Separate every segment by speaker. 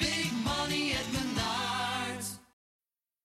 Speaker 1: big money at Menards.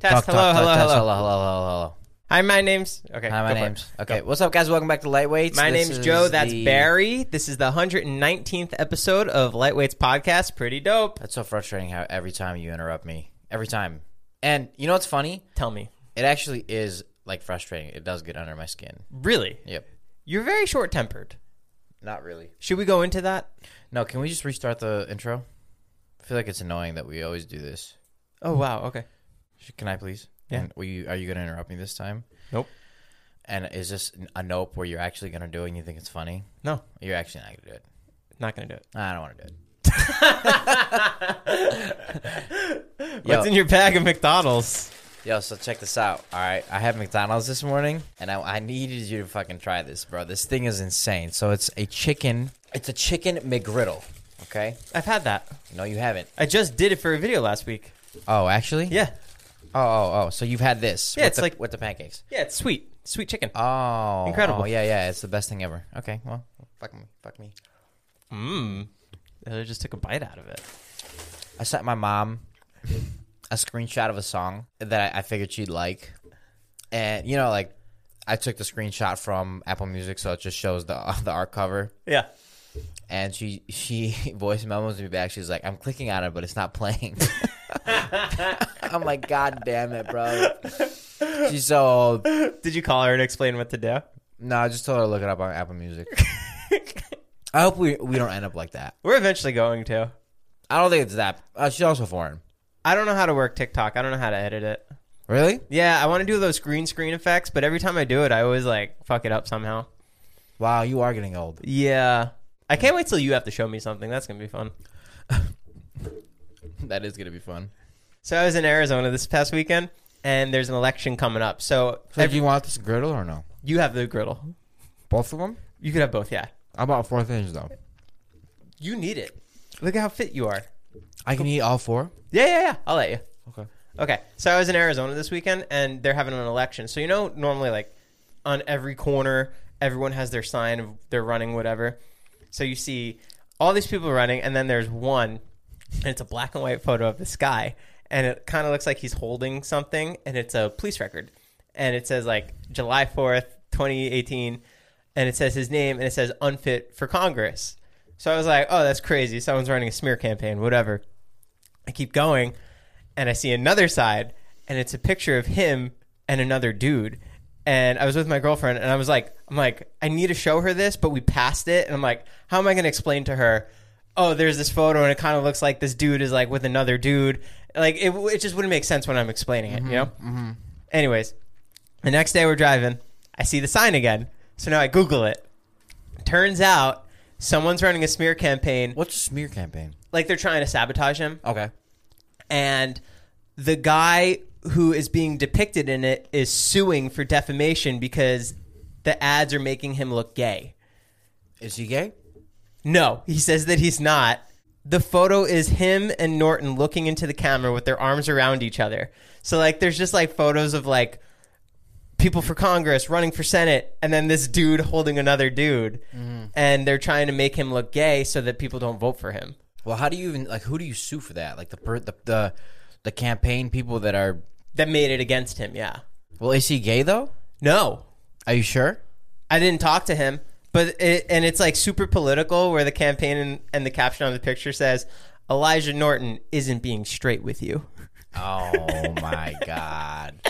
Speaker 2: Test. hello, hello,
Speaker 3: test,
Speaker 2: hello.
Speaker 3: hello, hello, hello, hello.
Speaker 2: Hi, my name's. Okay.
Speaker 3: Hi, my
Speaker 2: go for it.
Speaker 3: name's. Okay,
Speaker 2: Go.
Speaker 3: what's up, guys? Welcome back to Lightweights.
Speaker 2: My
Speaker 3: This
Speaker 2: name's
Speaker 3: is
Speaker 2: Joe. That's
Speaker 3: the-
Speaker 2: Barry. This is the 119th episode of Lightweights Podcast. Pretty dope.
Speaker 3: That's so frustrating how every time you interrupt me, every time. And you know what's funny?
Speaker 2: Tell me.
Speaker 3: It actually is like frustrating. It does get under my skin.
Speaker 2: Really?
Speaker 3: Yep.
Speaker 2: You're very short tempered.
Speaker 3: Not really.
Speaker 2: Should we go into that?
Speaker 3: No, can we just restart the intro? I feel like it's annoying that we always do this.
Speaker 2: Oh, wow. Okay.
Speaker 3: Sh- Can I please?
Speaker 2: Yeah.
Speaker 3: And will you, are you going to interrupt me this time?
Speaker 2: Nope.
Speaker 3: And is this a nope where you're actually going to do it and you think it's funny?
Speaker 2: No,
Speaker 3: You're actually not going to do it.
Speaker 2: not going to do it.
Speaker 3: I don't want to do it.
Speaker 2: What's in your bag of McDonald's?
Speaker 3: Yo, so check this out. All right, I had McDonald's this morning, and I, I needed you to fucking try this, bro. This thing is insane. So it's a chicken. It's a chicken McGriddle. Okay.
Speaker 2: I've had that.
Speaker 3: No, you haven't.
Speaker 2: I just did it for a video last week.
Speaker 3: Oh, actually.
Speaker 2: Yeah.
Speaker 3: Oh, oh, oh. So you've had this.
Speaker 2: Yeah,
Speaker 3: with
Speaker 2: it's
Speaker 3: the-
Speaker 2: like-
Speaker 3: with the pancakes.
Speaker 2: Yeah, it's sweet. Sweet chicken.
Speaker 3: Oh,
Speaker 2: Incredible.
Speaker 3: oh, yeah, yeah. It's the best thing ever. Okay. Well, fuck me. Fuck me.
Speaker 2: Mmm. I just took a bite out of it.
Speaker 3: I sent my mom a screenshot of a song that I, I figured she'd like, and you know, like I took the screenshot from Apple Music, so it just shows the the art cover.
Speaker 2: Yeah.
Speaker 3: and she she voice memos me back. She's like, "I'm clicking on it, but it's not playing." I'm like, "God damn it, bro!" She's so old. No,
Speaker 2: Did you call her and explain what to do?
Speaker 3: I just told her to look it up on Apple Music. I hope we we don't end up like that.
Speaker 2: We're eventually going to.
Speaker 3: I don't think it's that. Uh, she's also foreign.
Speaker 2: I don't know how to work TikTok. I don't know how to edit it.
Speaker 3: Really?
Speaker 2: Yeah, I want to do those green screen effects, but every time I do it, I always like fuck it up somehow.
Speaker 3: Wow, you are getting old.
Speaker 2: Yeah. I can't wait till you have to show me something. That's going to be fun.
Speaker 3: That is gonna be fun.
Speaker 2: So I was in Arizona this past weekend, and there's an election coming up. So,
Speaker 3: So
Speaker 2: every-
Speaker 3: do you want this griddle or no?
Speaker 2: you have the griddle.
Speaker 3: Both of them?
Speaker 2: You could have both, yeah.
Speaker 3: I bought four things though.
Speaker 2: You need it. Look at how fit you are.
Speaker 3: I can eat all four.
Speaker 2: Yeah, yeah, yeah. I'll let you.
Speaker 3: Okay.
Speaker 2: Okay. So I was in Arizona this weekend, and they're having an election. So you know, normally like on every corner, everyone has their sign of they're running whatever. So you see all these people running, and then there's one, and it's a black and white photo of this guy, and it kind of looks like he's holding something, and it's a police record, and it says like July fourth, twenty eighteen, and it says his name, and it says unfit for Congress. So I was like, oh, that's crazy. Someone's running a smear campaign, whatever. I keep going, and I see another side, and it's a picture of him and another dude. And I was with my girlfriend, and I was like, I'm like, I need to show her this, but we passed it, and I'm like, how am I going to explain to her? Oh, there's this photo, and it kind of looks like this dude is like with another dude. Like it, it just wouldn't make sense when I'm explaining it, you know. Mm-hmm. Anyways, the next day we're driving, I see the sign again, so now I Google it. Turns out someone's running a smear campaign,
Speaker 3: What's a smear campaign?
Speaker 2: like they're trying to sabotage him
Speaker 3: Okay.
Speaker 2: and the guy who is being depicted in it is suing for defamation because the ads are making him look gay.
Speaker 3: Is he gay?
Speaker 2: No, he says that he's not. The photo is him and Norton looking into the camera with their arms around each other. So like there's just like photos of like people for Congress running for Senate and then this dude holding another dude and they're trying to make him look gay so that people don't vote for him.
Speaker 3: Well, how do you even like? Who do you sue for that? Like the per, the, the the campaign people that are.
Speaker 2: That made it against him, yeah.
Speaker 3: Well, is he gay though?
Speaker 2: No,
Speaker 3: Are you sure?
Speaker 2: I didn't talk to him, but it, and it's like super political where the campaign and, and the caption on the picture says Elijah Norton isn't being straight with you.
Speaker 3: Oh my god.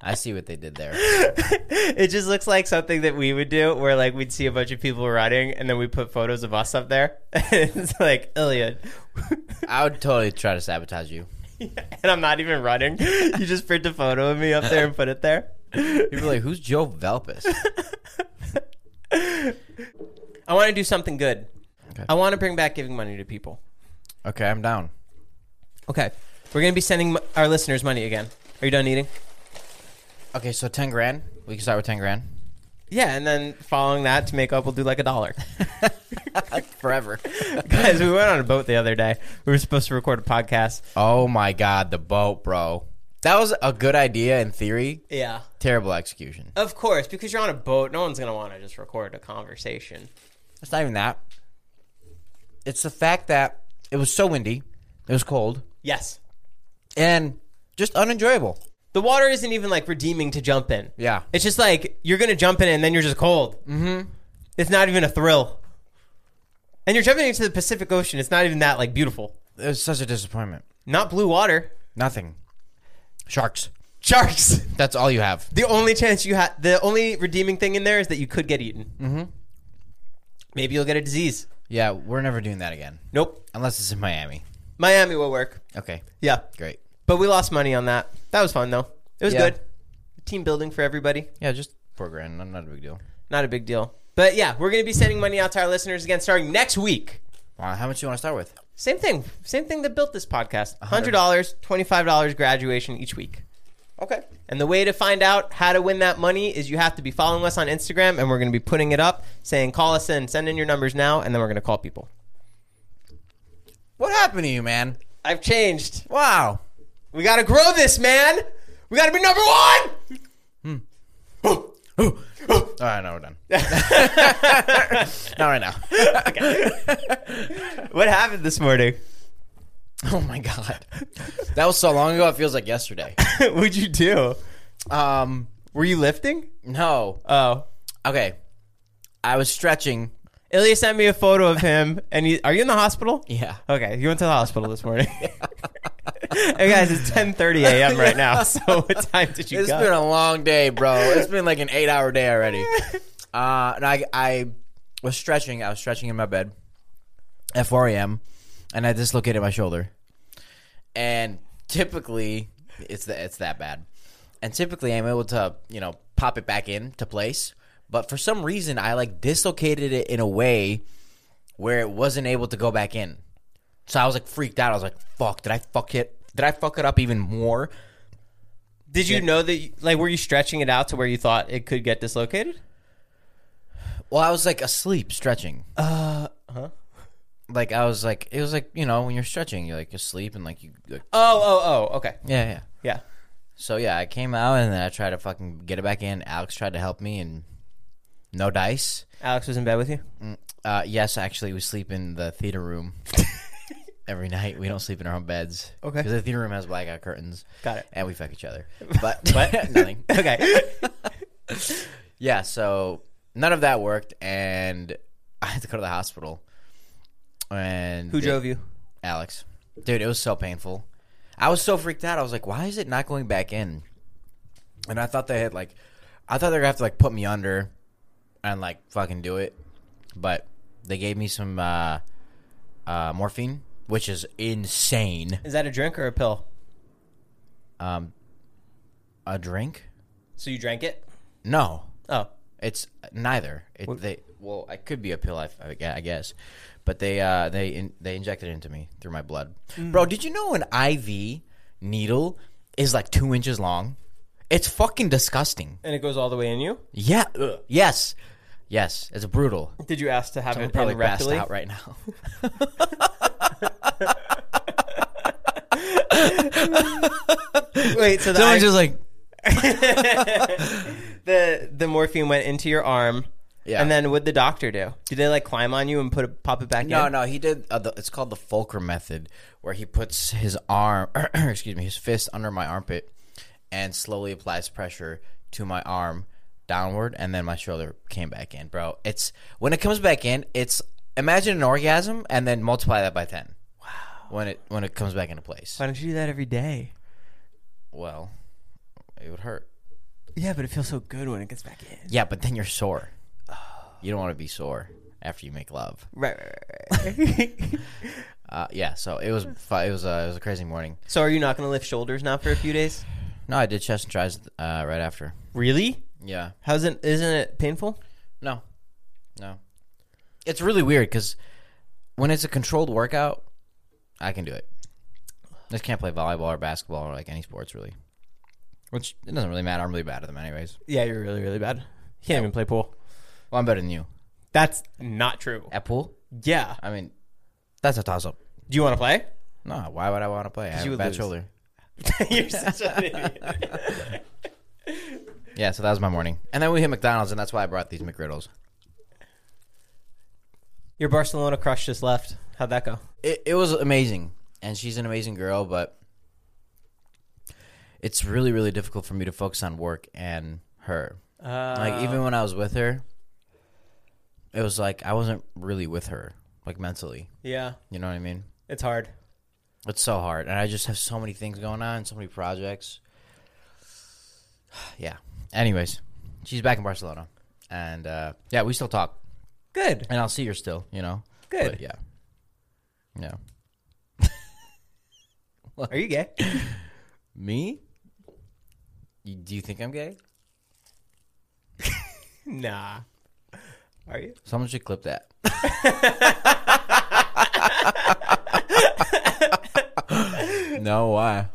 Speaker 3: I see what they did there.
Speaker 2: It just looks like something that we would do, where like we'd see a bunch of people running, and then we put photos of us up there. it's like Iliad,
Speaker 3: I would totally try to sabotage you.
Speaker 2: and I'm not even running. You just print a photo of me up there and put it there.
Speaker 3: You'd be like, "Who's Joe Velpus?"
Speaker 2: I want to do something good. I want to bring back giving money to people.
Speaker 3: Okay, I'm down.
Speaker 2: Okay, we're gonna be sending m- our listeners money again. Are you done eating?
Speaker 3: Okay, so ten grand. We can start with ten grand
Speaker 2: Yeah, and then following that to make up, we'll do like a dollar.
Speaker 3: forever.
Speaker 2: Guys, we went on a boat the other day. We were supposed to record a podcast.
Speaker 3: oh my god, the boat, bro. That was a good idea in theory.
Speaker 2: Yeah.
Speaker 3: Terrible execution.
Speaker 2: Of course, because you're on a boat, no one's gonna want to just record a conversation.
Speaker 3: It's not even that. It's the fact that it was so windy, it was cold,
Speaker 2: Yes.
Speaker 3: and just unenjoyable.
Speaker 2: The water isn't even like redeeming to jump in.
Speaker 3: Yeah.
Speaker 2: It's just like you're gonna jump in and then you're just cold. Mm-hmm. It's not even a thrill. And you're jumping into the Pacific Ocean. It's not even that like beautiful.
Speaker 3: It was such a disappointment.
Speaker 2: Not blue water.
Speaker 3: Nothing. Sharks.
Speaker 2: Sharks.
Speaker 3: That's all you have.
Speaker 2: The only chance you had, the only redeeming thing in there is that you could get eaten. Mm-hmm. Maybe you'll get a disease.
Speaker 3: Yeah, we're never doing that again.
Speaker 2: Nope.
Speaker 3: Unless it's in Miami.
Speaker 2: Miami will work.
Speaker 3: Okay,
Speaker 2: Yeah.
Speaker 3: great.
Speaker 2: But we lost money on that. That was fun though. It was
Speaker 3: Yeah.
Speaker 2: good. Team building for everybody.
Speaker 3: Yeah, just four grand. Not, not a big deal.
Speaker 2: Not a big deal. But yeah, we're gonna be sending money out to our listeners again starting next week.
Speaker 3: Wow, how much you want to start with?
Speaker 2: Same thing. Same thing that built this podcast. Hundred dollars, twenty-five dollars graduation each week.
Speaker 3: Okay.
Speaker 2: And the way to find out how to win that money is you have to be following us on Instagram, and we're going to be putting it up, saying call us in, send in your numbers now, and then we're going to call people.
Speaker 3: What happened to you, man?
Speaker 2: I've changed.
Speaker 3: Wow.
Speaker 2: We got to grow this, man. We got to be number one.
Speaker 3: All right, now we're done. Not right now.
Speaker 2: What happened this morning?
Speaker 3: Oh my god, that was Oh, so long ago. It feels like yesterday.
Speaker 2: What'd you do?
Speaker 3: Um,
Speaker 2: Were you lifting?
Speaker 3: no.
Speaker 2: Oh.
Speaker 3: Okay, I was stretching.
Speaker 2: Ilya sent me a photo of him, and he, are you in the hospital?
Speaker 3: Yeah.
Speaker 2: Okay, you went to the hospital this morning. hey guys, it's 10:30 a.m. right now. So what time did you
Speaker 3: It's
Speaker 2: go?
Speaker 3: been a long day, bro. It's been like an eight-hour day already. Uh, and I, I was stretching. I was stretching in my bed at 4 a.m. and I dislocated my shoulder. And typically, it's the, it's that bad. And typically, I'm able to you know pop it back into place. But for some reason, I like dislocated it in a way where it wasn't able to go back in. So I was like freaked out. I was like, "Fuck! Did I fuck it? Did I fuck it up even more?"
Speaker 2: Did you know that? You, like, were you stretching it out to where you thought it could get dislocated?
Speaker 3: Well, I was like asleep stretching. Uh huh. Like I was like it was like you know when you're stretching you're like asleep and like you like,
Speaker 2: Oh, oh, oh. Okay,
Speaker 3: yeah yeah.
Speaker 2: yeah.
Speaker 3: So yeah, I came out and then I tried to fucking get it back in. Alex tried to help me and no dice.
Speaker 2: Alex was in bed with you.
Speaker 3: Uh, yes, actually we sleep in the theater room every night. We don't sleep in our own beds.
Speaker 2: Okay.
Speaker 3: Because the theater room has blackout curtains.
Speaker 2: Got it.
Speaker 3: And we fuck each other. But
Speaker 2: What?
Speaker 3: nothing.
Speaker 2: Okay.
Speaker 3: Yeah, so none of that worked, and I had to go to the hospital. And
Speaker 2: Who drove you?
Speaker 3: Alex. Dude, it was so painful. I was so freaked out. I was like, why is it not going back in? And I thought they had like I thought they were gonna have to like put me under and like fucking do it. But they gave me some uh uh morphine, which is insane.
Speaker 2: Is that a drink or a pill?
Speaker 3: Um a drink?
Speaker 2: So you drank it?
Speaker 3: No.
Speaker 2: Oh,
Speaker 3: It's neither. It, they well, it could be a pill, I, I gue- I guess, but they uh, they in, they injected it into me through my blood. Bro, did you know an IV needle is like two inches long? It's fucking disgusting.
Speaker 2: and it goes all the way in you.
Speaker 3: Yeah. ugh, Yes. Yes. It's brutal.
Speaker 2: Did you ask to have
Speaker 3: I'm
Speaker 2: it
Speaker 3: probably
Speaker 2: probably
Speaker 3: passed
Speaker 2: rectally?
Speaker 3: out right now.
Speaker 2: Wait, so the, IV
Speaker 3: Someone's just like,
Speaker 2: the the morphine went into your arm,
Speaker 3: yeah.
Speaker 2: and then what'd the doctor do? Did they like climb on you and put it, pop it back
Speaker 3: No,
Speaker 2: in?
Speaker 3: no, he did. Uh, the, it's called the fulcrum method, where he puts his arm, excuse me, his fist under my armpit, and slowly applies pressure to my arm downward, and then my shoulder came back in, bro. It's when it comes back in, it's imagine an orgasm, and then multiply that by ten. Wow. when it when it comes back into place.
Speaker 2: Why don't you do that every day?
Speaker 3: Well, it would hurt.
Speaker 2: Yeah, but it feels so good when it gets back in.
Speaker 3: Yeah, but then you're sore. You don't want to be sore after you make love.
Speaker 2: Right, right, right. right.
Speaker 3: Uh, yeah, so it was fi- it was uh, it was a crazy morning.
Speaker 2: so are you not going to lift shoulders now for a few days?
Speaker 3: No, I did chest and tries uh, right after.
Speaker 2: Really?
Speaker 3: Yeah.
Speaker 2: How's it? Isn't it painful?
Speaker 3: No. No. It's really weird because when it's a controlled workout, I can do it. I just can't play volleyball or basketball or like any sports really. Which it doesn't really matter. I'm really bad at them anyways.
Speaker 2: Yeah, you're really, really bad. You can't even play pool.
Speaker 3: Well, I'm better than you
Speaker 2: That's not true.
Speaker 3: at pool.
Speaker 2: Yeah.
Speaker 3: I mean, that's a toss up.
Speaker 2: Do you want to play?
Speaker 3: No, why would I want to play? I have
Speaker 2: you
Speaker 3: a
Speaker 2: would
Speaker 3: bad
Speaker 2: lose.
Speaker 3: shoulder.
Speaker 2: you're such an idiot.
Speaker 3: Yeah, so that was my morning, and then we hit McDonald's, and that's why I brought these McGriddles.
Speaker 2: Your Barcelona crush just left. How'd that go?
Speaker 3: it, it was amazing and she's an amazing girl but it's really really difficult for me to focus on work and her like even when i was with her it was like i wasn't really with her like mentally
Speaker 2: Yeah,
Speaker 3: you know what i mean
Speaker 2: it's hard.
Speaker 3: it's so hard and i just have so many things going on so many projects yeah anyways she's back in barcelona and uh, yeah we still talk
Speaker 2: Good.
Speaker 3: and i'll see her still you know
Speaker 2: Good.
Speaker 3: But, yeah yeah
Speaker 2: Are you gay?
Speaker 3: Me? You, do you think I'm gay?
Speaker 2: nah. Are you?
Speaker 3: Someone should clip that. no, why?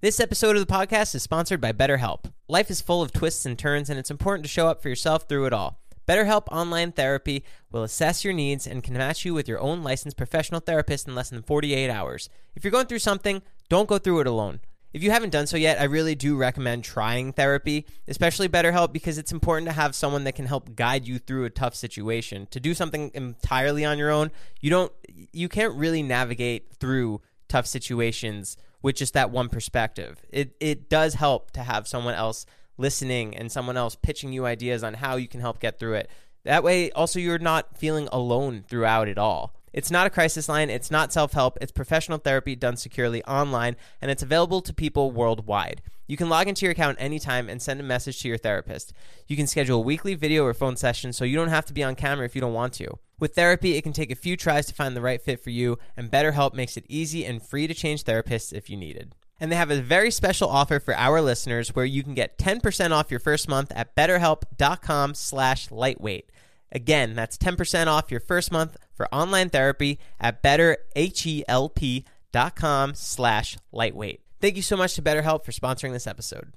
Speaker 2: This episode of the podcast is sponsored by BetterHelp. Life is full of twists and turns, and it's important to show up for yourself through it all. BetterHelp Online Therapy will assess your needs and can match you with your own licensed professional therapist in less than 48 hours. If you're going through something, don't go through it alone. If you haven't done so yet, I really do recommend trying therapy, especially BetterHelp, because it's important to have someone that can help guide you through a tough situation. To do something entirely on your own, you don't, you can't really navigate through tough situations with just that one perspective. It it does help to have someone else listening and someone else pitching you ideas on how you can help get through it. That way also you're not feeling alone throughout it all. It's not a crisis line, it's not self-help, it's professional therapy done securely online and it's available to people worldwide. You can log into your account anytime and send a message to your therapist. You can schedule weekly video or phone sessions so you don't have to be on camera if you don't want to. With therapy, it can take a few tries to find the right fit for you, and BetterHelp makes it easy and free to change therapists if you needed. And they have a very special offer for our listeners where you can get 10% off your first month at betterhelp.com slash lightweight. Again, that's 10% off your first month for online therapy at E betterhelp.com slash lightweight. Thank you so much to BetterHelp for sponsoring this episode.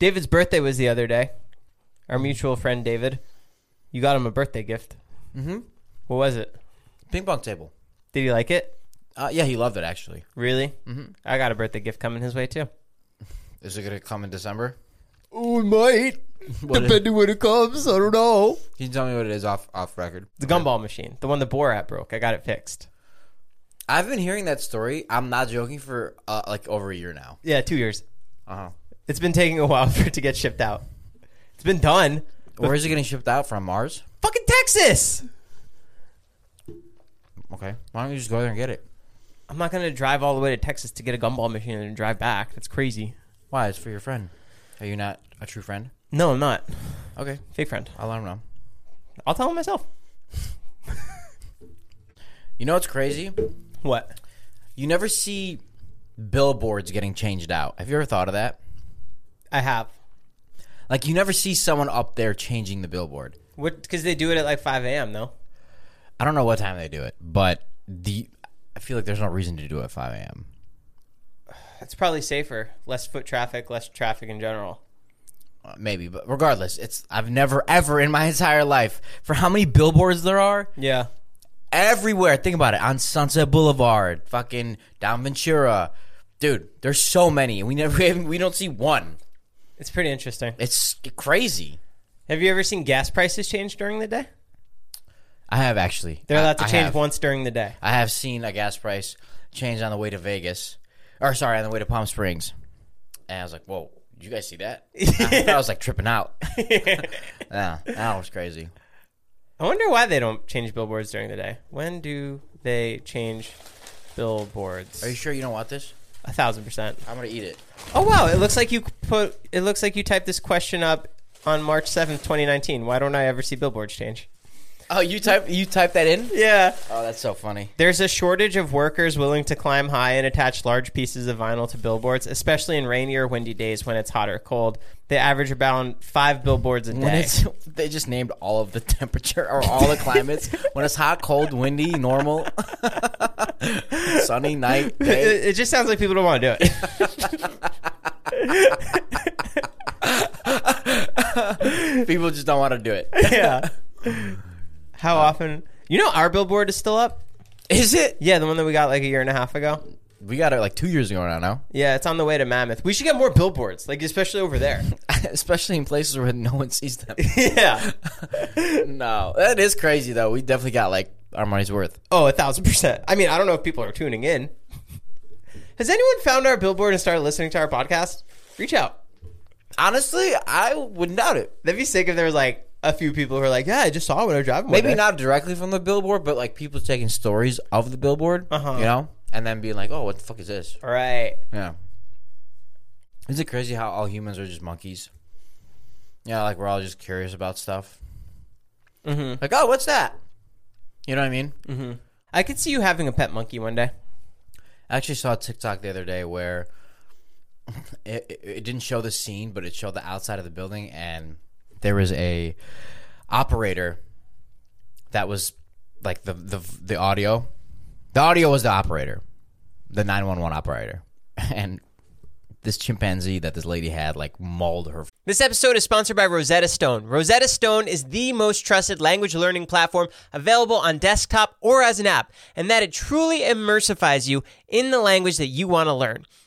Speaker 2: David's birthday was the other day. Our mutual friend David. You got him a birthday gift. Mm-hmm. What was it?
Speaker 3: Ping pong table.
Speaker 2: Did he like it?
Speaker 3: Uh, yeah, he loved it actually.
Speaker 2: Really? Mm-hmm. I got a birthday gift coming his way too.
Speaker 3: Is it gonna come in December?
Speaker 2: Oh, it might.
Speaker 3: Depending
Speaker 2: when it comes, I don't know.
Speaker 3: Can you tell me what it is off off record?
Speaker 2: The gumball machine, the one the Borat broke. I got it fixed.
Speaker 3: I've been hearing that story. I'm not joking for uh, like over a year now.
Speaker 2: Yeah, two years.
Speaker 3: Uh huh.
Speaker 2: It's been taking a while for it to get shipped out. It's been done.
Speaker 3: Where is it getting shipped out from? Mars?
Speaker 2: Fucking Texas.
Speaker 3: Okay. Why don't you just go there and get it?
Speaker 2: I'm not gonna drive all the way to Texas to get a gumball machine and then drive back. That's crazy.
Speaker 3: Why? It's for your friend. Are you not a true friend?
Speaker 2: No, I'm not.
Speaker 3: Okay.
Speaker 2: Fake friend.
Speaker 3: I'll let him know.
Speaker 2: I'll tell him myself.
Speaker 3: You know what's crazy?
Speaker 2: What?
Speaker 3: You never see billboards getting changed out. Have you ever thought of that?
Speaker 2: I have.
Speaker 3: Like you never see someone up there changing the billboard.
Speaker 2: What? Because they do it at like 5 a.m. though.
Speaker 3: I don't know what time they do it, but the I feel like there's no reason to do it at 5 a.m.
Speaker 2: It's probably safer. Less foot traffic. Less traffic in general.
Speaker 3: Uh, Maybe, but regardless, it's I've never ever in my entire life for how many billboards there are
Speaker 2: Yeah.
Speaker 3: everywhere. Think about it on Sunset Boulevard, fucking down Ventura, dude. There's so many, and we never we, haven't- we don't see one.
Speaker 2: It's pretty interesting.
Speaker 3: It's crazy.
Speaker 2: Have you ever seen gas prices change during the day?
Speaker 3: I have actually.
Speaker 2: They're
Speaker 3: I-
Speaker 2: allowed to
Speaker 3: I
Speaker 2: change
Speaker 3: have.
Speaker 2: once during the day.
Speaker 3: I have seen a gas price change on the way to Vegas, or sorry, on the way to Palm Springs, and I was like, "Whoa, did you guys see that?" I, thought I was like tripping out. yeah, that was crazy.
Speaker 2: I wonder why they don't change billboards during the day. When do they change billboards?
Speaker 3: Are you sure you don't want this?
Speaker 2: A thousand percent.
Speaker 3: I'm gonna eat it.
Speaker 2: Oh wow! It looks like you put. It looks like you typed this question up on March seventh, twenty nineteen. Why don't I ever see billboards change?
Speaker 3: Oh, you type you type that in?
Speaker 2: Yeah.
Speaker 3: Oh, that's so funny.
Speaker 2: There's a shortage of workers willing to climb high and attach large pieces of vinyl to billboards, especially in rainy or windy days when it's hot or cold. They average about five billboards a
Speaker 3: When
Speaker 2: day.
Speaker 3: it's, they just named all of the temperature or all the climates when it's hot, cold, windy, normal, sunny, night, day.
Speaker 2: It, it just sounds like people don't want to do it.
Speaker 3: People just don't want to do it.
Speaker 2: yeah. How often? You know, our billboard is still up.
Speaker 3: Is it?
Speaker 2: Yeah, the one that we got like a year and a half ago.
Speaker 3: We got it like two years ago now. No?
Speaker 2: Yeah, it's on the way to Mammoth. We should get more billboards, like especially over there.
Speaker 3: especially in places where no one sees them.
Speaker 2: yeah.
Speaker 3: no, that is crazy though. We definitely got like our money's worth.
Speaker 2: Oh, a thousand percent. I mean, I don't know if people are tuning in. Has anyone found our billboard and started listening to our podcast? Reach out.
Speaker 3: Honestly, I would doubt it.
Speaker 2: That'd be sick if there was like a few people who are like, "Yeah, I just saw it when I was driving." one
Speaker 3: Maybe
Speaker 2: day."
Speaker 3: not directly from the billboard, but like people taking stories of the billboard,
Speaker 2: Uh-huh.
Speaker 3: you know, and then being like, "Oh, what the fuck is this?"
Speaker 2: All right.
Speaker 3: Yeah. Is it crazy how all humans are just monkeys? Yeah, like we're all just curious about stuff. Mm-hmm. Like, oh, what's that? You know what I mean?
Speaker 2: I could see you having a pet monkey one day.
Speaker 3: I actually saw a TikTok the other day where it, it, it didn't show the scene, but it showed the outside of the building, and there was a operator that was like the the the audio. The audio was the operator, the nine one one operator, and this chimpanzee that this lady had like mauled her
Speaker 2: This episode is sponsored by Rosetta Stone. Rosetta Stone is the most trusted language learning platform available on desktop or as an app, and that it truly immersifies you in the language that you want to learn.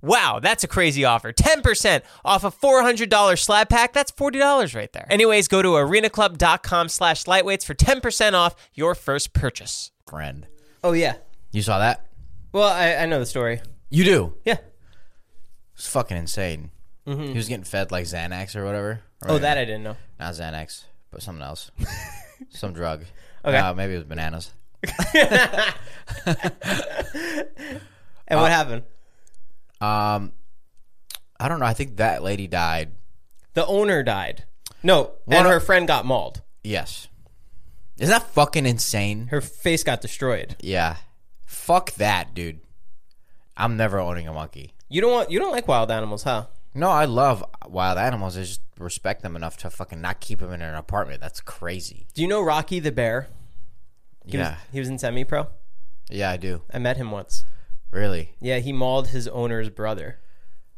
Speaker 2: Wow, that's a crazy offer. 10% off a $400 slab pack. That's $40 right there. Anyways, go to arenaclub.com slash lightweights for 10% off your first purchase.
Speaker 3: friend.
Speaker 2: Oh, yeah.
Speaker 3: You saw that?
Speaker 2: Well, I, I know the story.
Speaker 3: You do.
Speaker 2: Yeah.
Speaker 3: It's fucking insane. He was getting fed like Xanax or whatever. Or
Speaker 2: Oh, that I didn't know.
Speaker 3: not Xanax, but something else, some drug.
Speaker 2: Okay.
Speaker 3: Uh, maybe it was bananas.
Speaker 2: And what happened?
Speaker 3: Um, I don't know. I think that lady died.
Speaker 2: The owner died. No, and
Speaker 3: One-
Speaker 2: her friend got mauled.
Speaker 3: Yes, Isn't that fucking insane?
Speaker 2: Her face got destroyed.
Speaker 3: Yeah. Fuck that, dude. I'm never owning a monkey.
Speaker 2: You don't want you don't like wild animals, huh?
Speaker 3: No, I love wild animals. I just respect them enough to fucking not keep them in an apartment. That's crazy.
Speaker 2: Do you know Rocky the bear? He
Speaker 3: yeah.
Speaker 2: was, he was in semi pro.
Speaker 3: yeah, I do.
Speaker 2: I met him once.
Speaker 3: Really?
Speaker 2: Yeah, he mauled his owner's brother.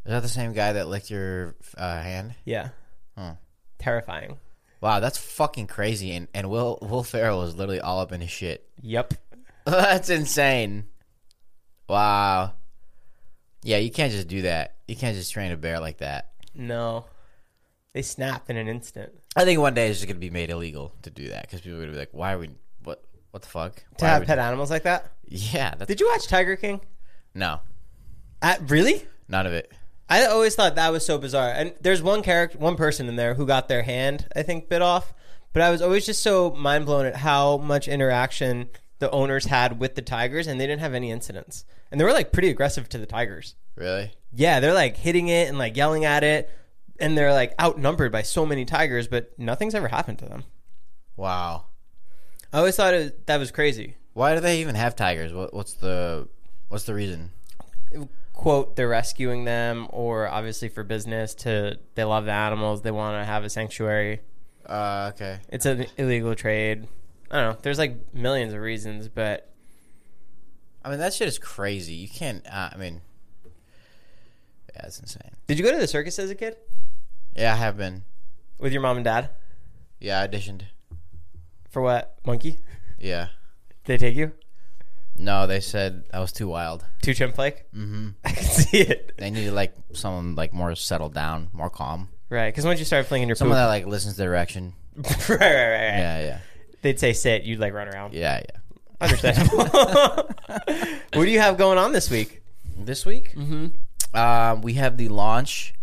Speaker 3: Is that the same guy that licked your uh, hand?
Speaker 2: Yeah. Terrifying.
Speaker 3: Wow, that's fucking crazy. And and Will Will Ferrell was literally all up in his shit.
Speaker 2: Yep.
Speaker 3: that's insane. Wow. Yeah, you can't just do that. You can't just train a bear like that.
Speaker 2: No. They snap in an instant.
Speaker 3: I think one day it's just gonna be made illegal to do that because people are gonna be like, "Why are we? What? What the fuck?
Speaker 2: To
Speaker 3: Why are
Speaker 2: have
Speaker 3: we-
Speaker 2: pet animals like that?
Speaker 3: Yeah. That's,
Speaker 2: Did you watch Tiger King?
Speaker 3: No,
Speaker 2: Uh, really?
Speaker 3: none of it.
Speaker 2: I always thought that was so bizarre. And there's one character, one person in there who got their hand, I think, bit off. But I was always just so mind blown at how much interaction the owners had with the tigers, and they didn't have any incidents. And they were like pretty aggressive to the tigers.
Speaker 3: Really?
Speaker 2: Yeah, they're like hitting it and like yelling at it, and they're like outnumbered by so many tigers, but nothing's ever happened to them.
Speaker 3: Wow.
Speaker 2: I always thought it, that was crazy.
Speaker 3: Why do they even have tigers? What, what's the What's the reason?
Speaker 2: Quote, they're rescuing them, or obviously for business, to they love the animals, they want to have a sanctuary.
Speaker 3: Uh, okay.
Speaker 2: It's an illegal trade. I don't know. There's like millions of reasons, but
Speaker 3: I mean, that shit is crazy. You can't. Uh, I mean, yeah, that's insane.
Speaker 2: did you go to the circus as a kid
Speaker 3: Yeah, I have been.
Speaker 2: with your mom and dad?
Speaker 3: Yeah, I auditioned.
Speaker 2: For what? Monkey?
Speaker 3: Yeah.
Speaker 2: Did they take you?
Speaker 3: No, they said I was too wild.
Speaker 2: To chimp like? Mm-hmm. I can see it.
Speaker 3: They needed like someone like more settled down, more calm.
Speaker 2: Right, because once you start flinging your
Speaker 3: Someone
Speaker 2: poop,
Speaker 3: that like listens to direction.
Speaker 2: right, right, right, right.
Speaker 3: Yeah, yeah,
Speaker 2: they'd say sit, you'd like run around.
Speaker 3: yeah, yeah.
Speaker 2: Understandable. what do you have going on this week?
Speaker 3: This week, mm-hmm. um, we have the launch,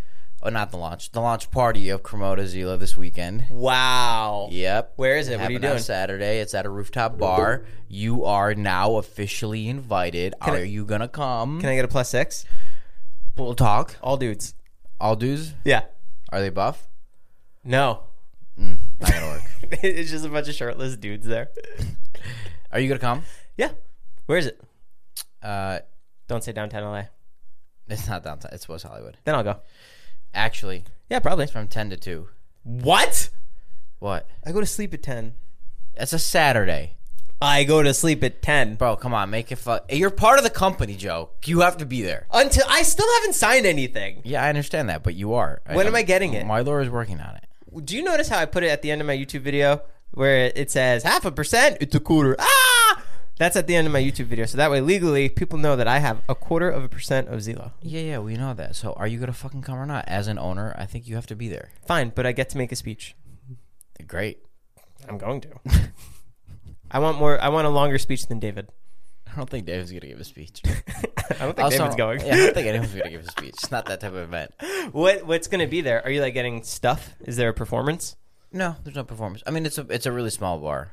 Speaker 3: oh, not the launch, the launch party of Cremota Zila this weekend.
Speaker 2: Wow.
Speaker 3: Yep.
Speaker 2: Where is it? What are you
Speaker 3: Happened
Speaker 2: doing?
Speaker 3: On Saturday. It's at a rooftop bar. You are now officially invited. are
Speaker 2: I-
Speaker 3: you gonna come?
Speaker 2: Can I get a plus six?
Speaker 3: we'll talk.
Speaker 2: All dudes.
Speaker 3: All dudes.
Speaker 2: Yeah.
Speaker 3: Are they buff?
Speaker 2: No.
Speaker 3: Not gonna work.
Speaker 2: it's just a bunch of shirtless dudes there.
Speaker 3: are you gonna come?
Speaker 2: Yeah. Where is it?
Speaker 3: Uh,
Speaker 2: Don't say downtown LA.
Speaker 3: it's not downtown. It's West Hollywood.
Speaker 2: Then I'll go.
Speaker 3: Actually,
Speaker 2: Yeah, probably.
Speaker 3: it's from ten to two.
Speaker 2: What?
Speaker 3: What?
Speaker 2: I go to sleep at 10.
Speaker 3: It's a Saturday.
Speaker 2: I go to sleep at 10.
Speaker 3: Bro, come on, make it fun. You're part of the company, Joe. You have to be there.
Speaker 2: Until I still haven't signed anything.
Speaker 3: Yeah, I understand that, but you are.
Speaker 2: When am I getting it?
Speaker 3: My lawyer is working on it.
Speaker 2: Do you notice how I put it at the end of my YouTube video where it says half a percent? It's a quarter. Ah! That's at the end of my YouTube video. So that way, legally, people know that I have a quarter of a percent of Zillow.
Speaker 3: Yeah, yeah, we know that. So, are you gonna fucking come or not? As an owner, I think you have to be there.
Speaker 2: Fine, but I get to make a speech.
Speaker 3: Great.
Speaker 2: I'm going to. I want more. I want a longer speech than David.
Speaker 3: I don't think David's gonna give a speech.
Speaker 2: I don't think
Speaker 3: Also,
Speaker 2: David's going.
Speaker 3: Oh, Yeah, I don't think anyone's gonna give a speech. It's not that type of event.
Speaker 2: What What's going to be there? Are you like getting stuff? Is there a performance?
Speaker 3: No, there's no performance. I mean, it's a it's a really small bar.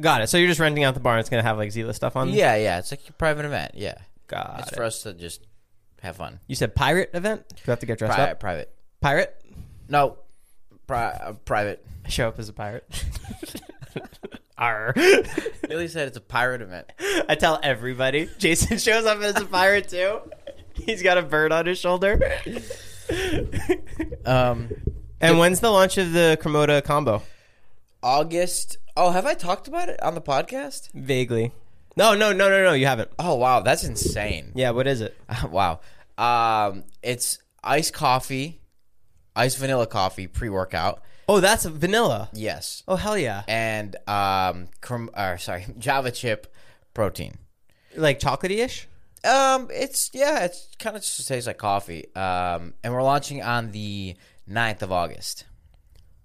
Speaker 2: Got it. So you're just renting out the bar and it's going to have like Zila stuff on.
Speaker 3: Yeah, yeah, it's like a private event. Yeah,
Speaker 2: Mm-hmm. Got
Speaker 3: it's
Speaker 2: it.
Speaker 3: for us to just have fun.
Speaker 2: You said pirate event? Do I have to get dressed
Speaker 3: Pri-
Speaker 2: up?
Speaker 3: private.
Speaker 2: Pirate?
Speaker 3: No, pri- uh, private.
Speaker 2: I show up as a pirate. Arr.
Speaker 3: Billy said it's a pirate event.
Speaker 2: I tell everybody. Jason shows up as a pirate too. He's got a bird on his shoulder.
Speaker 3: Um.
Speaker 2: And when's the launch of the Cremota combo?
Speaker 3: August. Oh, have I talked about it on the podcast?
Speaker 2: Vaguely. No, no, no, no, no. You haven't.
Speaker 3: Oh wow, that's insane.
Speaker 2: Yeah. What is it?
Speaker 3: wow. Um, it's iced coffee, iced vanilla coffee pre-workout.
Speaker 2: Oh, that's vanilla.
Speaker 3: Yes,
Speaker 2: Oh hell yeah!
Speaker 3: and um, crem- or, sorry, Java chip protein.
Speaker 2: Like chocolatey-ish.
Speaker 3: Um, it's yeah, it's kind of just tastes like coffee. Um, and we're launching on the 9th of August.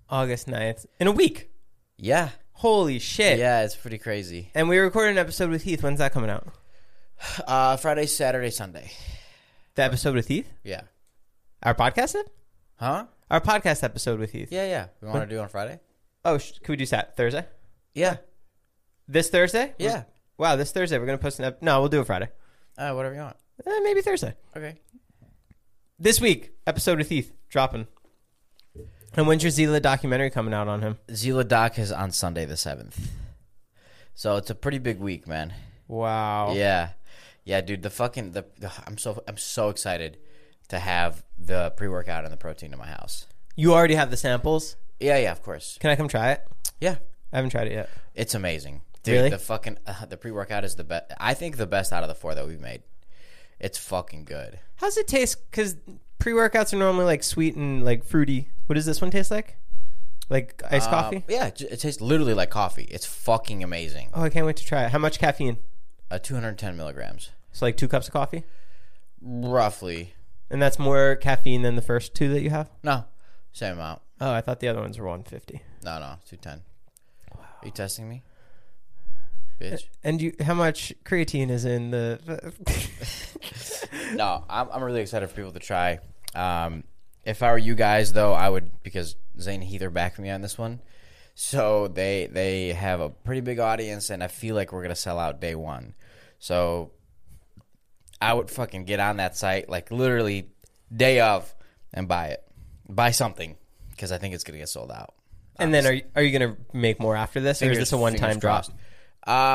Speaker 2: August 9th. in a week.
Speaker 3: Yeah,
Speaker 2: Holy shit!
Speaker 3: yeah, it's pretty crazy.
Speaker 2: And we recorded an episode with Heath. When's that coming out?
Speaker 3: Uh, Friday, Saturday, Sunday.
Speaker 2: The episode with Heath.
Speaker 3: Yeah.
Speaker 2: Our podcast. ep-
Speaker 3: Huh?
Speaker 2: Our podcast episode with Heath.
Speaker 3: Yeah, yeah. We want to do it on Friday.
Speaker 2: Oh, sh- can we do that Thursday?
Speaker 3: Yeah,
Speaker 2: This Thursday?
Speaker 3: yeah.
Speaker 2: Wow, this Thursday we're gonna post an. Ep- no, we'll do it Friday.
Speaker 3: Uh, whatever you want.
Speaker 2: Eh, maybe Thursday.
Speaker 3: Okay.
Speaker 2: This week, episode with Heath dropping. And when's your Zila documentary coming out on him?
Speaker 3: Zila Doc is on Sunday the seventh. So it's a pretty big week, man.
Speaker 2: Wow.
Speaker 3: Yeah, yeah, dude. The fucking the, the I'm so I'm so excited to have the pre workout and the protein in my house.
Speaker 2: You already have the samples.
Speaker 3: Yeah, yeah, of course.
Speaker 2: Can I come try it?
Speaker 3: Yeah,
Speaker 2: I haven't tried it yet.
Speaker 3: it's amazing. Dude,
Speaker 2: Really?
Speaker 3: The fucking uh, the pre workout is the best. I think the best out of the four that we've made. It's fucking good.
Speaker 2: How's it taste? Because pre workouts are normally like sweet and like fruity. What does this one taste like? Like iced coffee?
Speaker 3: Yeah, it j- it tastes literally like coffee. It's fucking amazing.
Speaker 2: Oh, I can't wait to try it. How much caffeine?
Speaker 3: Uh, 210 milligrams,
Speaker 2: So like two cups of coffee,
Speaker 3: roughly.
Speaker 2: and that's more caffeine than the first two that you have.
Speaker 3: No, same amount.
Speaker 2: Oh, I thought the other ones were 150.
Speaker 3: No, no, 210. Are you testing me? Bitch.
Speaker 2: And you, how much creatine is in the?
Speaker 3: No, I'm, I'm really excited for people to try. Um, if I were you guys, though, I would because Zane and Heath are backing me on this one. So they they have a pretty big audience, and I feel like we're gonna sell out day one. So I would fucking get on that site like literally day of and buy it, buy something because I think it's gonna get sold out.
Speaker 2: and then are you, are you gonna make more after this, or is this a
Speaker 3: Fingers-
Speaker 2: one time
Speaker 3: fingers
Speaker 2: drop?
Speaker 3: crossed.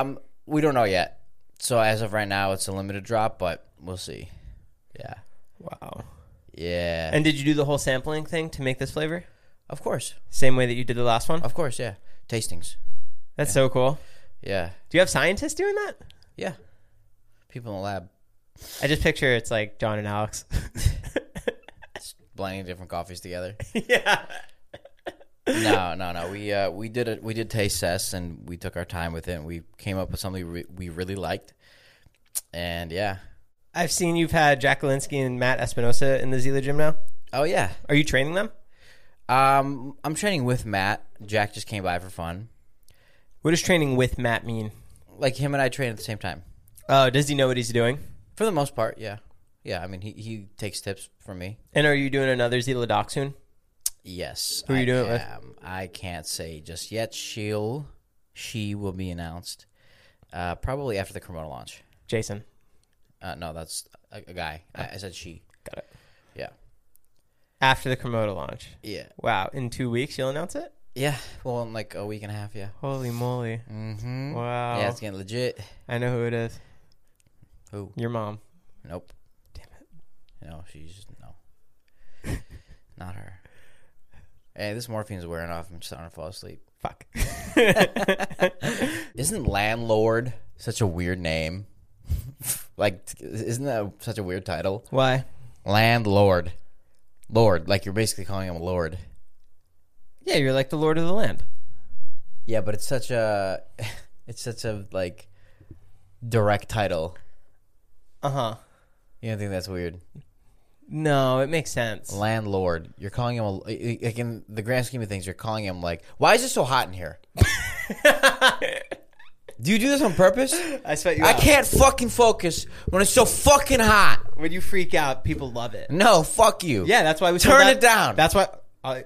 Speaker 3: Um, we don't know yet. So as of right now, it's a limited drop, but we'll see. Yeah,
Speaker 2: Wow.
Speaker 3: yeah.
Speaker 2: And did you do the whole sampling thing to make this flavor?
Speaker 3: Of course.
Speaker 2: Same way that you did the last one.
Speaker 3: Of course, yeah. Tastings.
Speaker 2: That's so cool.
Speaker 3: Yeah.
Speaker 2: Do you have scientists doing that?
Speaker 3: Yeah. People in the lab.
Speaker 2: I just picture it's like John and Alex.
Speaker 3: blending different coffees together.
Speaker 2: yeah.
Speaker 3: no, no, no. We uh, we did it we did taste tests and we took our time with it and we came up with something re- we really liked. And yeah.
Speaker 2: I've seen you've had Jack Alinsky and Matt Espinosa in the Zila gym now.
Speaker 3: Oh yeah.
Speaker 2: Are you training them?
Speaker 3: Um I'm training with Matt. Jack just came by for fun.
Speaker 2: What does training with Matt mean?
Speaker 3: Like him and I train at the same time.
Speaker 2: Oh, does he know what he's doing?
Speaker 3: For the most part, yeah. Yeah, I mean he, he takes tips from me.
Speaker 2: And are you doing another Zila doc soon?
Speaker 3: Yes.
Speaker 2: Who are you
Speaker 3: I
Speaker 2: doing it with?
Speaker 3: am. I can't say just yet. She'll she will be announced uh, probably after the Cremona launch.
Speaker 2: Jason.
Speaker 3: Uh, no, that's a, a guy. I, I said she.
Speaker 2: Got it.
Speaker 3: Yeah.
Speaker 2: After the Komodo launch.
Speaker 3: Yeah.
Speaker 2: Wow, in two weeks you'll announce it?
Speaker 3: Yeah. Well, in like a week and a half. Yeah.
Speaker 2: Holy moly.
Speaker 3: Mm-hmm.
Speaker 2: Wow.
Speaker 3: Yeah, it's getting legit.
Speaker 2: I know who it is.
Speaker 3: Who?
Speaker 2: Your mom.
Speaker 3: Nope. Damn it. No, she's no. Not her. Hey, this morphine's wearing off. I'm starting to fall asleep.
Speaker 2: Fuck.
Speaker 3: Isn't landlord such a weird name? like, t- isn't that such a weird title?
Speaker 2: Why?
Speaker 3: Landlord. Lord, like you're basically calling him a lord.
Speaker 2: Yeah, you're like the lord of the land.
Speaker 3: Yeah, but it's such a it's such a like direct title.
Speaker 2: Uh huh.
Speaker 3: You don't think that's weird?
Speaker 2: No, it makes sense.
Speaker 3: Landlord. You're calling him a like in the grand scheme of things, you're calling him like, why is it so hot in here? do you do this on purpose?
Speaker 2: I sweat you
Speaker 3: I
Speaker 2: out.
Speaker 3: can't fucking focus when it's so fucking hot.
Speaker 2: When you freak out, people love it.
Speaker 3: No, fuck you.
Speaker 2: Yeah, that's why we
Speaker 3: Turn
Speaker 2: sold out-
Speaker 3: it down.
Speaker 2: That's why. I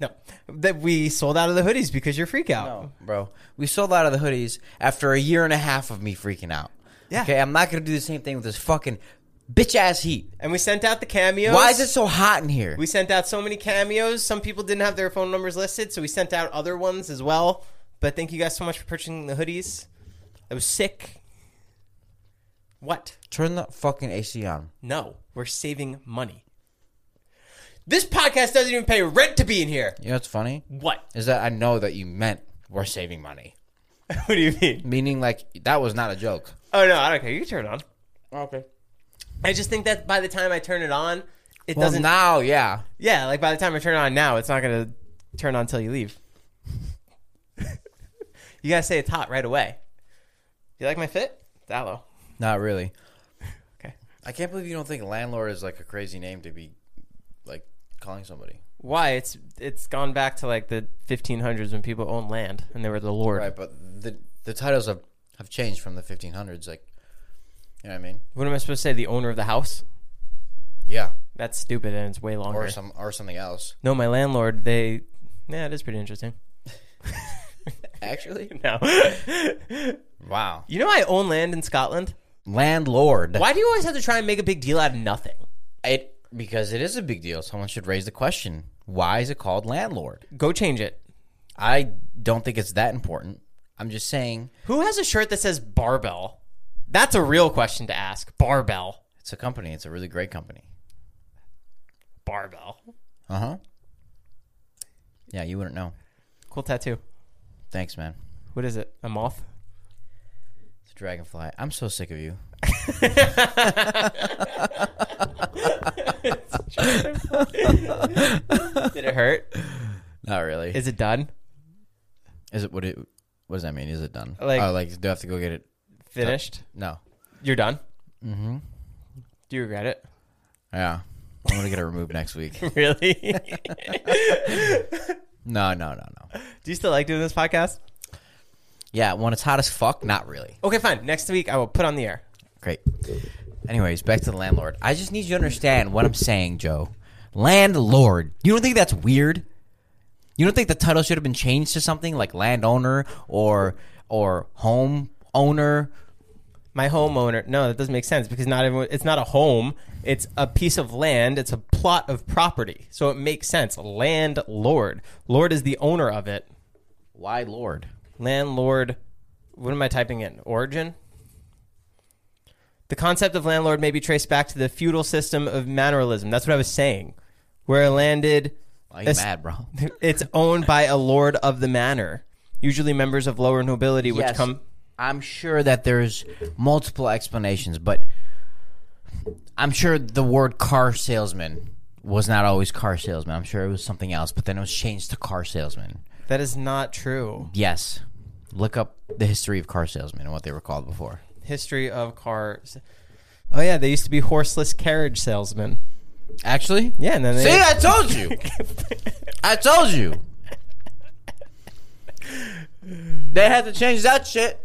Speaker 2: no, that we sold out of the hoodies because you're freak out.
Speaker 3: No, bro. We sold out of the hoodies after a year and a half of me freaking out.
Speaker 2: Yeah.
Speaker 3: Okay, I'm not gonna do the same thing with this fucking bitch ass heat.
Speaker 2: And we sent out the cameos.
Speaker 3: Why is it so hot in here?
Speaker 2: We sent out so many cameos. Some people didn't have their phone numbers listed, so we sent out other ones as well. But thank you guys so much for purchasing the hoodies. That was sick. What?
Speaker 3: Turn the fucking AC on.
Speaker 2: No, we're saving money. This podcast doesn't even pay rent to be in here.
Speaker 3: You know what's funny?
Speaker 2: What?
Speaker 3: Is that I know that you meant we're saving money.
Speaker 2: What do you mean?
Speaker 3: Meaning, like, that was not a joke.
Speaker 2: Oh no, I don't care. You can turn Oh, it on.
Speaker 3: Okay.
Speaker 2: I just think that by the time I turn it on, it
Speaker 3: Well,
Speaker 2: doesn't.
Speaker 3: now, yeah.
Speaker 2: Yeah, like by the time I turn it on now, it's not gonna turn on till you leave. you gotta say it's hot right away. You like my fit? It's aloe.
Speaker 3: Not really.
Speaker 2: Okay.
Speaker 3: I can't believe you don't think landlord is, like, a crazy name to be, like, calling somebody.
Speaker 2: Why? It's it's gone back to like the 1500s when people owned land and they were the lord.
Speaker 3: Right, but the the titles have, have changed from the 1500s. Like, you know what I mean?
Speaker 2: What am I supposed to say? The owner of the house?
Speaker 3: Yeah.
Speaker 2: That's stupid and it's way longer.
Speaker 3: Or some or something else.
Speaker 2: no, my landlord. They. Yeah, it is pretty interesting.
Speaker 3: Actually?
Speaker 2: No.
Speaker 3: Wow.
Speaker 2: you know, I own land in Scotland.
Speaker 3: Landlord.
Speaker 2: Why do you always have to try and make a big deal out of nothing?
Speaker 3: It, because it is a big deal. Someone should raise the question. Why is it called landlord?
Speaker 2: Go change it.
Speaker 3: I don't think it's that important. I'm just saying
Speaker 2: Who has a shirt that says barbell? That's a real question to ask. Barbell.
Speaker 3: it's a company. It's a really great company.
Speaker 2: Barbell.
Speaker 3: Uh huh. Yeah, you wouldn't know.
Speaker 2: Cool tattoo.
Speaker 3: Thanks, man.
Speaker 2: What is it? A moth?
Speaker 3: It's a dragonfly. I'm so sick of you.
Speaker 2: Did it hurt?
Speaker 3: Not really.
Speaker 2: is it done?
Speaker 3: Is it what? It, what does that mean? Is it done?
Speaker 2: Like-
Speaker 3: oh, like do I have to go get it?
Speaker 2: Finished?
Speaker 3: No.
Speaker 2: You're done? Mm hmm. Do you regret it?
Speaker 3: Yeah. I'm gonna get it removed next week.
Speaker 2: Really? Do
Speaker 3: No, no, no, no.
Speaker 2: you still like doing this podcast?
Speaker 3: Yeah, when it's hot as fuck, not really.
Speaker 2: Okay, fine. Next week I will put on the air.
Speaker 3: Great. Anyways, back to the landlord. I just need you to understand what I'm saying, Joe. Landlord. You don't think that's weird? You don't think the title should have been changed to something like landowner or or home owner?
Speaker 2: My homeowner. No, that doesn't make sense because not everyone. It's not a home. It's a piece of land. It's a plot of property. So it makes sense. Landlord. Lord is the owner of it.
Speaker 3: Why lord?
Speaker 2: landlord what am i typing in origin the concept of landlord may be traced back to the feudal system of manorialism that's what i was saying where landed
Speaker 3: Why you
Speaker 2: es-
Speaker 3: mad, bro?
Speaker 2: it's owned by a lord of the manor usually members of lower nobility which
Speaker 3: Yes,
Speaker 2: come
Speaker 3: I'm sure that there's multiple explanations, but I'm sure the word car salesman was not always car salesman. I'm sure it was something else, but then it was changed to car salesman.
Speaker 2: that is not true
Speaker 3: Yes. Look up the history of car salesmen and what they were called before.
Speaker 2: history of cars oh yeah they used to be horseless carriage salesmen
Speaker 3: Actually?
Speaker 2: yeah and then they
Speaker 3: See, I told you. I told you. They had to change that shit.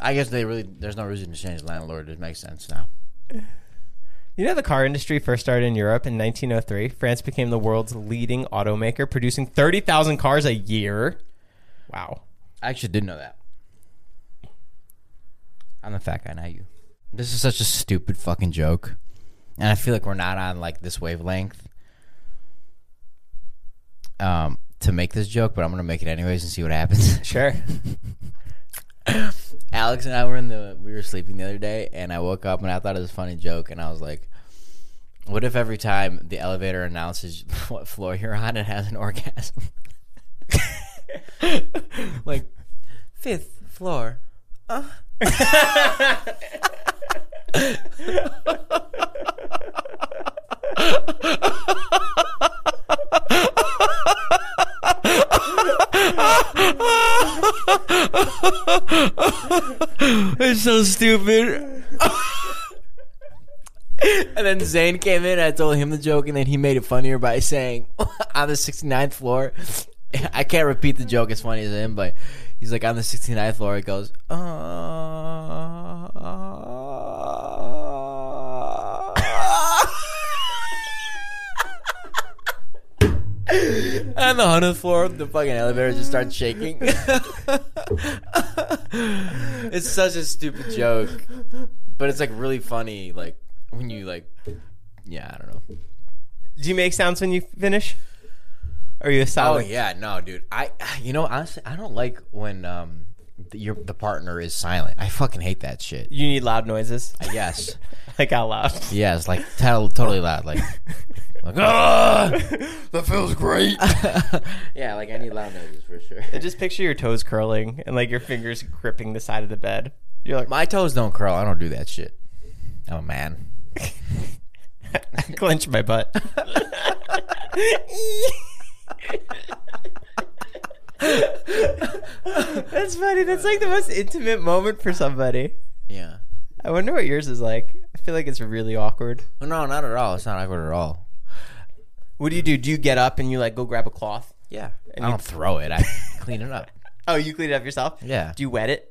Speaker 3: I guess they really there's no reason to change landlord. It makes sense now.
Speaker 2: You know, the car industry first started in Europe in 1903. France became the world's leading automaker, producing 30,000 cars a year. Wow.
Speaker 3: I actually did know that. I'm the fat guy, not you. This is such a stupid fucking joke. And I feel like we're not on like this wavelength um to make this joke, but I'm gonna make it anyways and see what happens.
Speaker 2: Sure.
Speaker 3: Alex and I were in the we were sleeping the other day and I woke up and I thought it was a funny joke and I was like what if every time the elevator announces what floor you're on it has an orgasm? like fifth floor. It's so stupid. and then Zane came in. I told him the joke, and then he made it funnier by saying, "On the 69th floor." I can't repeat the joke as funny as him, but he's like, "On the 69th floor." It goes. "Uh, On the hundredth floor, the fucking elevator just starts shaking. it's such a stupid joke, but it's like really funny. Like when you like, yeah, I don't know.
Speaker 2: Do you make sounds when you finish? Are you a
Speaker 3: Oh
Speaker 2: solid?
Speaker 3: yeah, no, dude. I you know honestly, I don't like when um the, your the partner is silent. I fucking hate that shit.
Speaker 2: You need loud noises,
Speaker 3: Yes,
Speaker 2: like out loud.
Speaker 3: yes, like tell totally loud, like like ah, that feels great. yeah, like I need loud noises for sure.
Speaker 2: Just picture your toes curling and like your fingers gripping the side of the bed. You're like,
Speaker 3: My toes don't curl. I don't do that shit. I'm a man.
Speaker 2: clench my butt. That's funny. That's like the most intimate moment for somebody.
Speaker 3: Yeah.
Speaker 2: I wonder what yours is like. I feel like it's really awkward.
Speaker 3: Well, no, not at all. It's not awkward at all.
Speaker 2: What do you do? Do you get up and you like go grab a cloth?
Speaker 3: Yeah. I don't throw it. I clean it up.
Speaker 2: Oh, you clean it up yourself?
Speaker 3: Yeah.
Speaker 2: Do you wet it?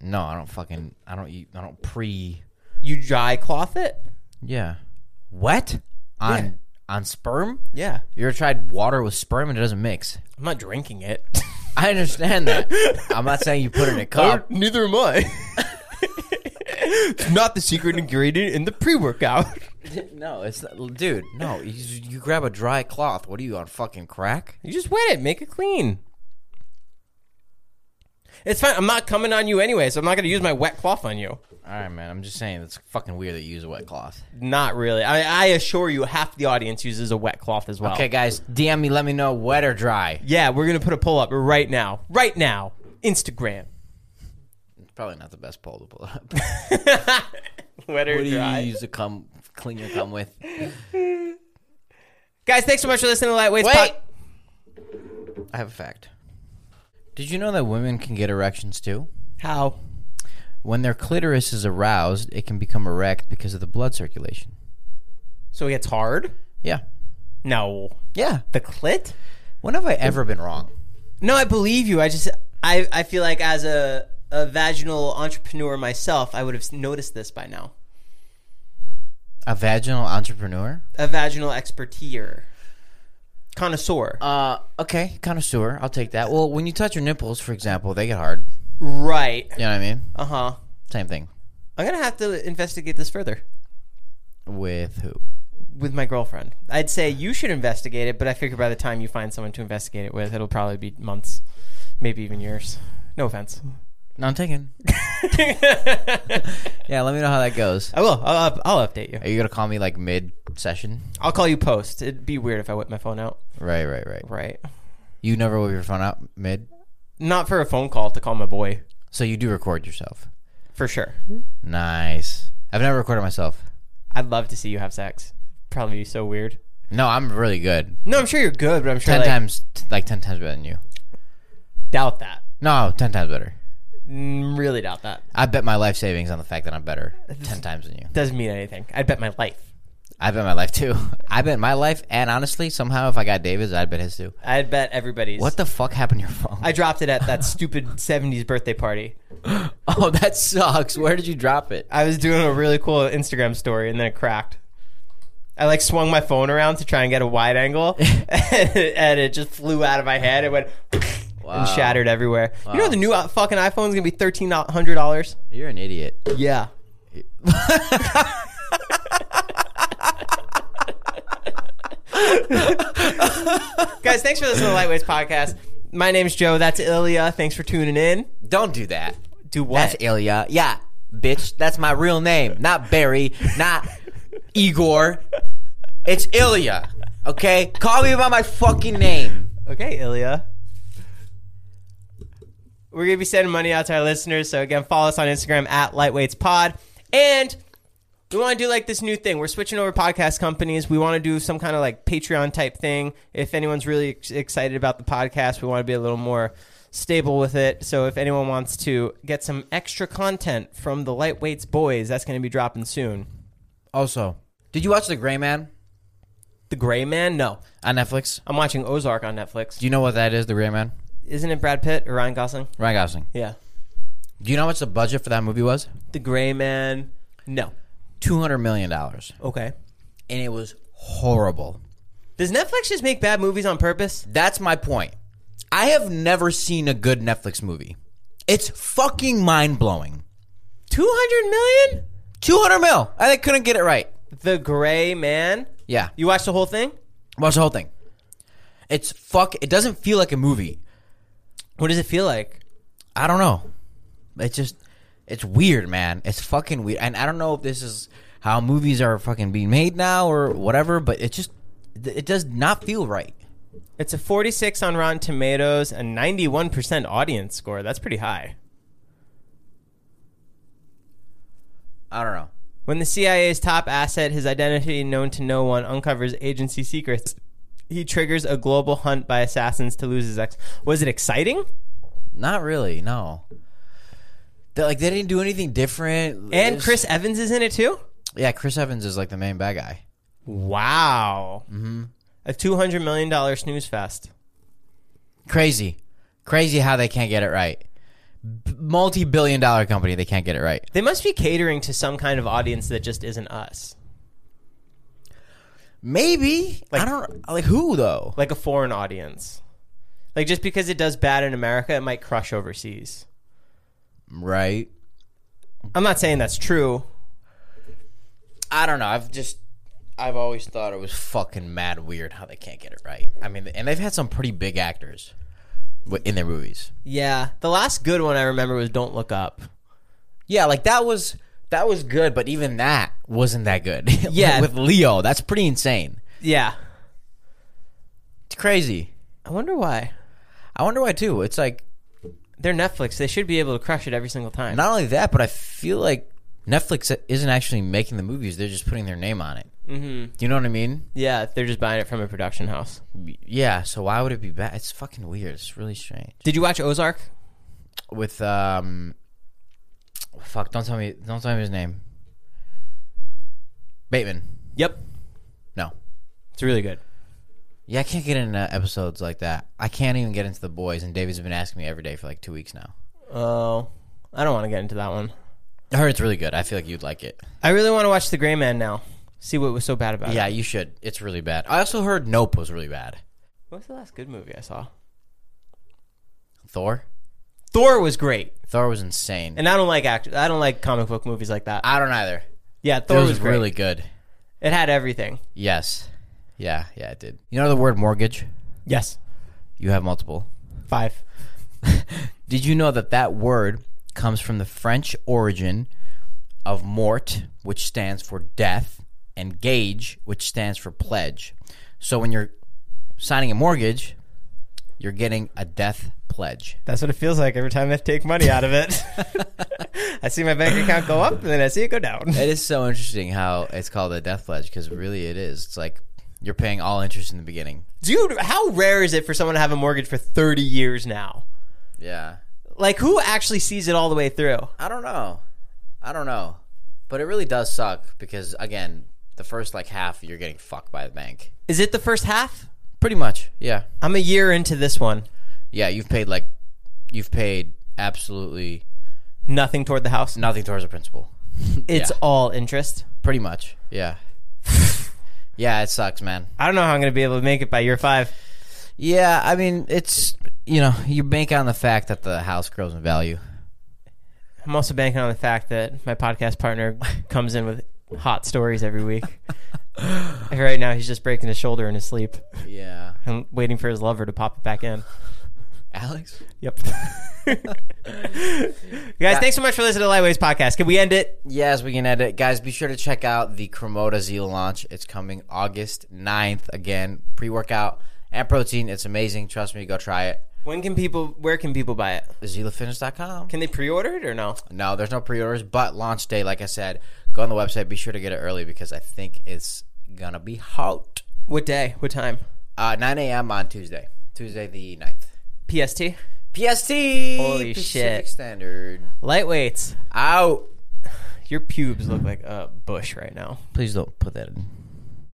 Speaker 3: No, I don't fucking. I don't. eat- I don't pre.
Speaker 2: You dry cloth it?
Speaker 3: Yeah. What? On
Speaker 2: Yeah.
Speaker 3: on sperm?
Speaker 2: Yeah.
Speaker 3: You ever tried water with sperm and it doesn't mix?
Speaker 2: I'm not drinking it.
Speaker 3: I understand that. I'm not saying you put it in a cup.
Speaker 2: Neither am I. it's not the secret ingredient in the pre workout.
Speaker 3: No, it's not, dude. No, you, you grab a dry cloth. What are you on fucking crack?
Speaker 2: You just wet it, make it clean. It's fine. I'm not coming on you anyway, so I'm not going to use my wet cloth on you.
Speaker 3: All right, man. I'm just saying it's fucking weird that you use a wet cloth.
Speaker 2: Not really. I, I assure you, half the audience uses a wet cloth as well.
Speaker 3: Okay, guys, DM me. Let me know wet or dry.
Speaker 2: Yeah, we're going to put a poll up right now. Right now. Instagram.
Speaker 3: Probably not the best poll to pull up.
Speaker 2: Wet
Speaker 3: what
Speaker 2: or
Speaker 3: do you
Speaker 2: dry.
Speaker 3: use to come clean your cum with?
Speaker 2: Guys, thanks so much for listening to Lightweights.
Speaker 3: Wait.
Speaker 2: Pod-
Speaker 3: I have a fact. Did you know that women can get erections too?
Speaker 2: How?
Speaker 3: When their clitoris is aroused, it can become erect because of the blood circulation.
Speaker 2: So it gets hard?
Speaker 3: Yeah.
Speaker 2: No.
Speaker 3: Yeah.
Speaker 2: The clit?
Speaker 3: When have I ever been wrong?
Speaker 2: No, I believe you. I just, I, I feel like as a, a vaginal entrepreneur myself, I would have noticed this by now.
Speaker 3: A vaginal entrepreneur?
Speaker 2: A vaginal expertier. Connoisseur.
Speaker 3: Uh, okay, connoisseur. I'll take that. Well, when you touch your nipples, for example, they get hard.
Speaker 2: right.
Speaker 3: You know what I mean?
Speaker 2: Uh huh.
Speaker 3: Same thing.
Speaker 2: I'm going to have to investigate this further.
Speaker 3: With who?
Speaker 2: with my girlfriend. I'd say you should investigate it, but I figure by the time you find someone to investigate it with, it'll probably be months, maybe even years. No offense.
Speaker 3: No, I'm taking. yeah, let me know how that goes.
Speaker 2: I will. I'll, up- I'll update you.
Speaker 3: Are you gonna call me like mid session?
Speaker 2: I'll call you post. It'd be weird if I whip my phone out.
Speaker 3: Right, right, right.
Speaker 2: Right.
Speaker 3: You never whip your phone out mid,
Speaker 2: Not for a phone call to call my boy,
Speaker 3: so you do record yourself.
Speaker 2: for sure.
Speaker 3: Nice. I've never recorded myself.
Speaker 2: I'd love to see you have sex. Probably be so weird.
Speaker 3: No, I'm really good.
Speaker 2: No, I'm sure you're good, but I'm sure
Speaker 3: Ten
Speaker 2: like,
Speaker 3: times, like ten times better than you.
Speaker 2: doubt that.
Speaker 3: No, ten times better.
Speaker 2: Mm, Really doubt that.
Speaker 3: I bet my life savings on the fact that I'm better ten times than you.
Speaker 2: Doesn't mean anything. I'd bet my life.
Speaker 3: I bet my life too. I bet my life, and honestly, somehow if I got David's, I'd bet his too.
Speaker 2: I'd bet everybody's.
Speaker 3: What the fuck happened to your phone?
Speaker 2: I dropped it at that stupid 70s birthday party.
Speaker 3: oh, that sucks. Where did you drop it?
Speaker 2: I was doing a really cool Instagram story and then it cracked. I like swung my phone around to try and get a wide angle and it just flew out of my head. It went and shattered everywhere. You know the new uh, fucking iPhone's gonna be thirteen hundred dollars.
Speaker 3: You're an idiot.
Speaker 2: Yeah. Guys, thanks for listening to Lightweights podcast. My name's Joe. That's Ilya. Thanks for tuning in.
Speaker 3: Don't do that.
Speaker 2: Do what?
Speaker 3: That's Ilya. Yeah, bitch. That's my real name. Not Barry. Not Igor. It's Ilya. Okay? Call me by my fucking name.
Speaker 2: Okay, Ilya. We're gonna be sending money out to our listeners. So again, follow us on Instagram at Lightweights Pod, and we want to do like this new thing. We're switching over podcast companies. We want to do some kind of like Patreon type thing. If anyone's really ex- excited about the podcast, we want to be a little more stable with it. So if anyone wants to get some extra content from the Lightweights boys, that's gonna be dropping soon.
Speaker 3: Also, did you watch The Gray Man
Speaker 2: The Gray Man? No,
Speaker 3: on Netflix?
Speaker 2: I'm watching Ozark on Netflix.
Speaker 3: Do you know what that is, The Gray Man?
Speaker 2: Isn't it Brad Pitt or Ryan Gosling?
Speaker 3: Ryan Gosling.
Speaker 2: Yeah.
Speaker 3: Do you know how much the budget for that movie was?
Speaker 2: The Gray Man. No.
Speaker 3: $200 million. And
Speaker 2: Okay.
Speaker 3: it was horrible.
Speaker 2: Does Netflix just make bad movies on purpose?
Speaker 3: That's my point. I have never seen a good Netflix movie. It's fucking mind blowing.
Speaker 2: 200 million?
Speaker 3: 200 mil. And they couldn't get it right.
Speaker 2: The Gray Man.
Speaker 3: Yeah.
Speaker 2: You watched the whole thing?
Speaker 3: Watch the whole thing. It's fuck. It doesn't feel like a movie.
Speaker 2: What does it feel like?
Speaker 3: I don't know. It's just, it's weird, man. It's fucking weird. And I don't know if this is how movies are fucking being made now or whatever, but it just, it does not feel right.
Speaker 2: It's a 46 on Rotten Tomatoes and 91% audience score. That's pretty high.
Speaker 3: I don't know.
Speaker 2: When the CIA's top asset, his identity known to no one, uncovers agency secrets, he triggers a global hunt by assassins to lose his ex. Was it exciting?
Speaker 3: Not really. No. They like they didn't do anything different.
Speaker 2: And
Speaker 3: It's-
Speaker 2: Chris Evans is in it too?
Speaker 3: yeah, Chris Evans is like the main bad guy.
Speaker 2: Wow. Mm-hmm. A $200 million snooze fest.
Speaker 3: Crazy, crazy how they can't get it right. B- multi-billion dollar company, they can't get it right.
Speaker 2: They must be catering to some kind of audience that just isn't us,
Speaker 3: Maybe I
Speaker 2: Like-
Speaker 3: don't like who though.
Speaker 2: like a foreign audience. Like just because it does bad in America, it might crush overseas.
Speaker 3: Right.
Speaker 2: I'm not saying that's true.
Speaker 3: I don't know. I've just I've always thought it was fucking mad weird how they can't get it right. I mean, and they've had some pretty big actors. wi- in their movies.
Speaker 2: Yeah, the last good one I remember was Don't Look Up.
Speaker 3: Yeah, like that was that was good, but even that wasn't that good.
Speaker 2: Yeah.
Speaker 3: with Leo, that's pretty insane.
Speaker 2: Yeah,
Speaker 3: It's crazy.
Speaker 2: I wonder why.
Speaker 3: I wonder why too. It's like
Speaker 2: They're Netflix. They should be able to crush it every single time.
Speaker 3: not only that, but I feel like Netflix isn't actually making the movies; they're just putting their name on it. Mm-hmm. Do you know what I mean?
Speaker 2: yeah, they're just buying it from a production house.
Speaker 3: Yeah. So why would it be bad? It's fucking weird. It's really strange.
Speaker 2: Did you watch Ozark?
Speaker 3: With um, fuck. Don't tell me. Don't tell me his name. Bateman.
Speaker 2: Yep,
Speaker 3: No.
Speaker 2: it's really good.
Speaker 3: Yeah, I can't get into episodes like that. I can't even get into the boys, and David's been asking me every day for like two weeks now.
Speaker 2: Oh, I don't want to get into that one.
Speaker 3: I heard it's really good. I feel like you'd like it.
Speaker 2: I really want to watch The Gray Man now. See what was so bad about
Speaker 3: Yeah,
Speaker 2: it.
Speaker 3: you should. It's really bad. I also heard Nope was really bad.
Speaker 2: What was the last good movie I saw?
Speaker 3: Thor.
Speaker 2: Thor was great,
Speaker 3: Thor was insane.
Speaker 2: and I don't like act. I don't like comic book movies like that.
Speaker 3: I don't either.
Speaker 2: yeah, Thor
Speaker 3: Thor
Speaker 2: was,
Speaker 3: was
Speaker 2: great.
Speaker 3: really good.
Speaker 2: It had everything.
Speaker 3: Yes. Yeah, yeah, it did. You know the word mortgage?
Speaker 2: Yes,
Speaker 3: You have multiple.
Speaker 2: five.
Speaker 3: Did you know that that word comes from the French origin of mort, which stands for death, and gage, which stands for pledge? So when you're signing a mortgage, you're getting a death pledge.
Speaker 2: That's what it feels like every time I take money out of it. I see my bank account go up, and then I see it go down.
Speaker 3: It is so interesting how it's called a death pledge because really it is. It's like you're paying all interest in the beginning.
Speaker 2: Dude, how rare is it for someone to have a mortgage for 30 years now?
Speaker 3: Yeah.
Speaker 2: Like, who actually sees it all the way through?
Speaker 3: I don't know. I don't know. But it really does suck because again, the first like half you're getting fucked by the bank.
Speaker 2: Is it the first half?
Speaker 3: Pretty much. Yeah.
Speaker 2: I'm a year into this one.
Speaker 3: Yeah, you've paid like you've paid absolutely
Speaker 2: Nothing toward the house.
Speaker 3: nothing towards the principal.
Speaker 2: It's
Speaker 3: yeah.
Speaker 2: all interest.
Speaker 3: Pretty much. Yeah. yeah, it sucks, man.
Speaker 2: I don't know how I'm going to be able to make it by year five.
Speaker 3: Yeah, I mean, it's you know, you bank on the fact that the house grows in value.
Speaker 2: I'm also banking on the fact that my podcast partner comes in with hot stories every week. And right now, he's just breaking his shoulder in his sleep
Speaker 3: Yeah.
Speaker 2: and waiting for his lover to pop it back in.
Speaker 3: Alex?
Speaker 2: Yep. Guys, thanks so much for listening to Lightwaves Podcast. Can we end it?
Speaker 3: Yes, we can edit. Guys, be sure to check out the Cremota Z launch. It's coming August 9th. Again, pre workout and protein. It's amazing. Trust me, go try it.
Speaker 2: When can people? Where can people buy it?
Speaker 3: ZilaFitness.com.
Speaker 2: Can they pre-order it or no?
Speaker 3: No, there's no pre orders, but launch day, like I said, go on the website. Be sure to get it early because I think it's going to be hot.
Speaker 2: What day? What time?
Speaker 3: Uh, 9 a.m. on Tuesday, Tuesday the 9th.
Speaker 2: PST.
Speaker 3: PST!
Speaker 2: Holy
Speaker 3: Pacific
Speaker 2: shit.
Speaker 3: Standard.
Speaker 2: Lightweights.
Speaker 3: Out.
Speaker 2: Your pubes look like a bush right now.
Speaker 3: Please don't put that in.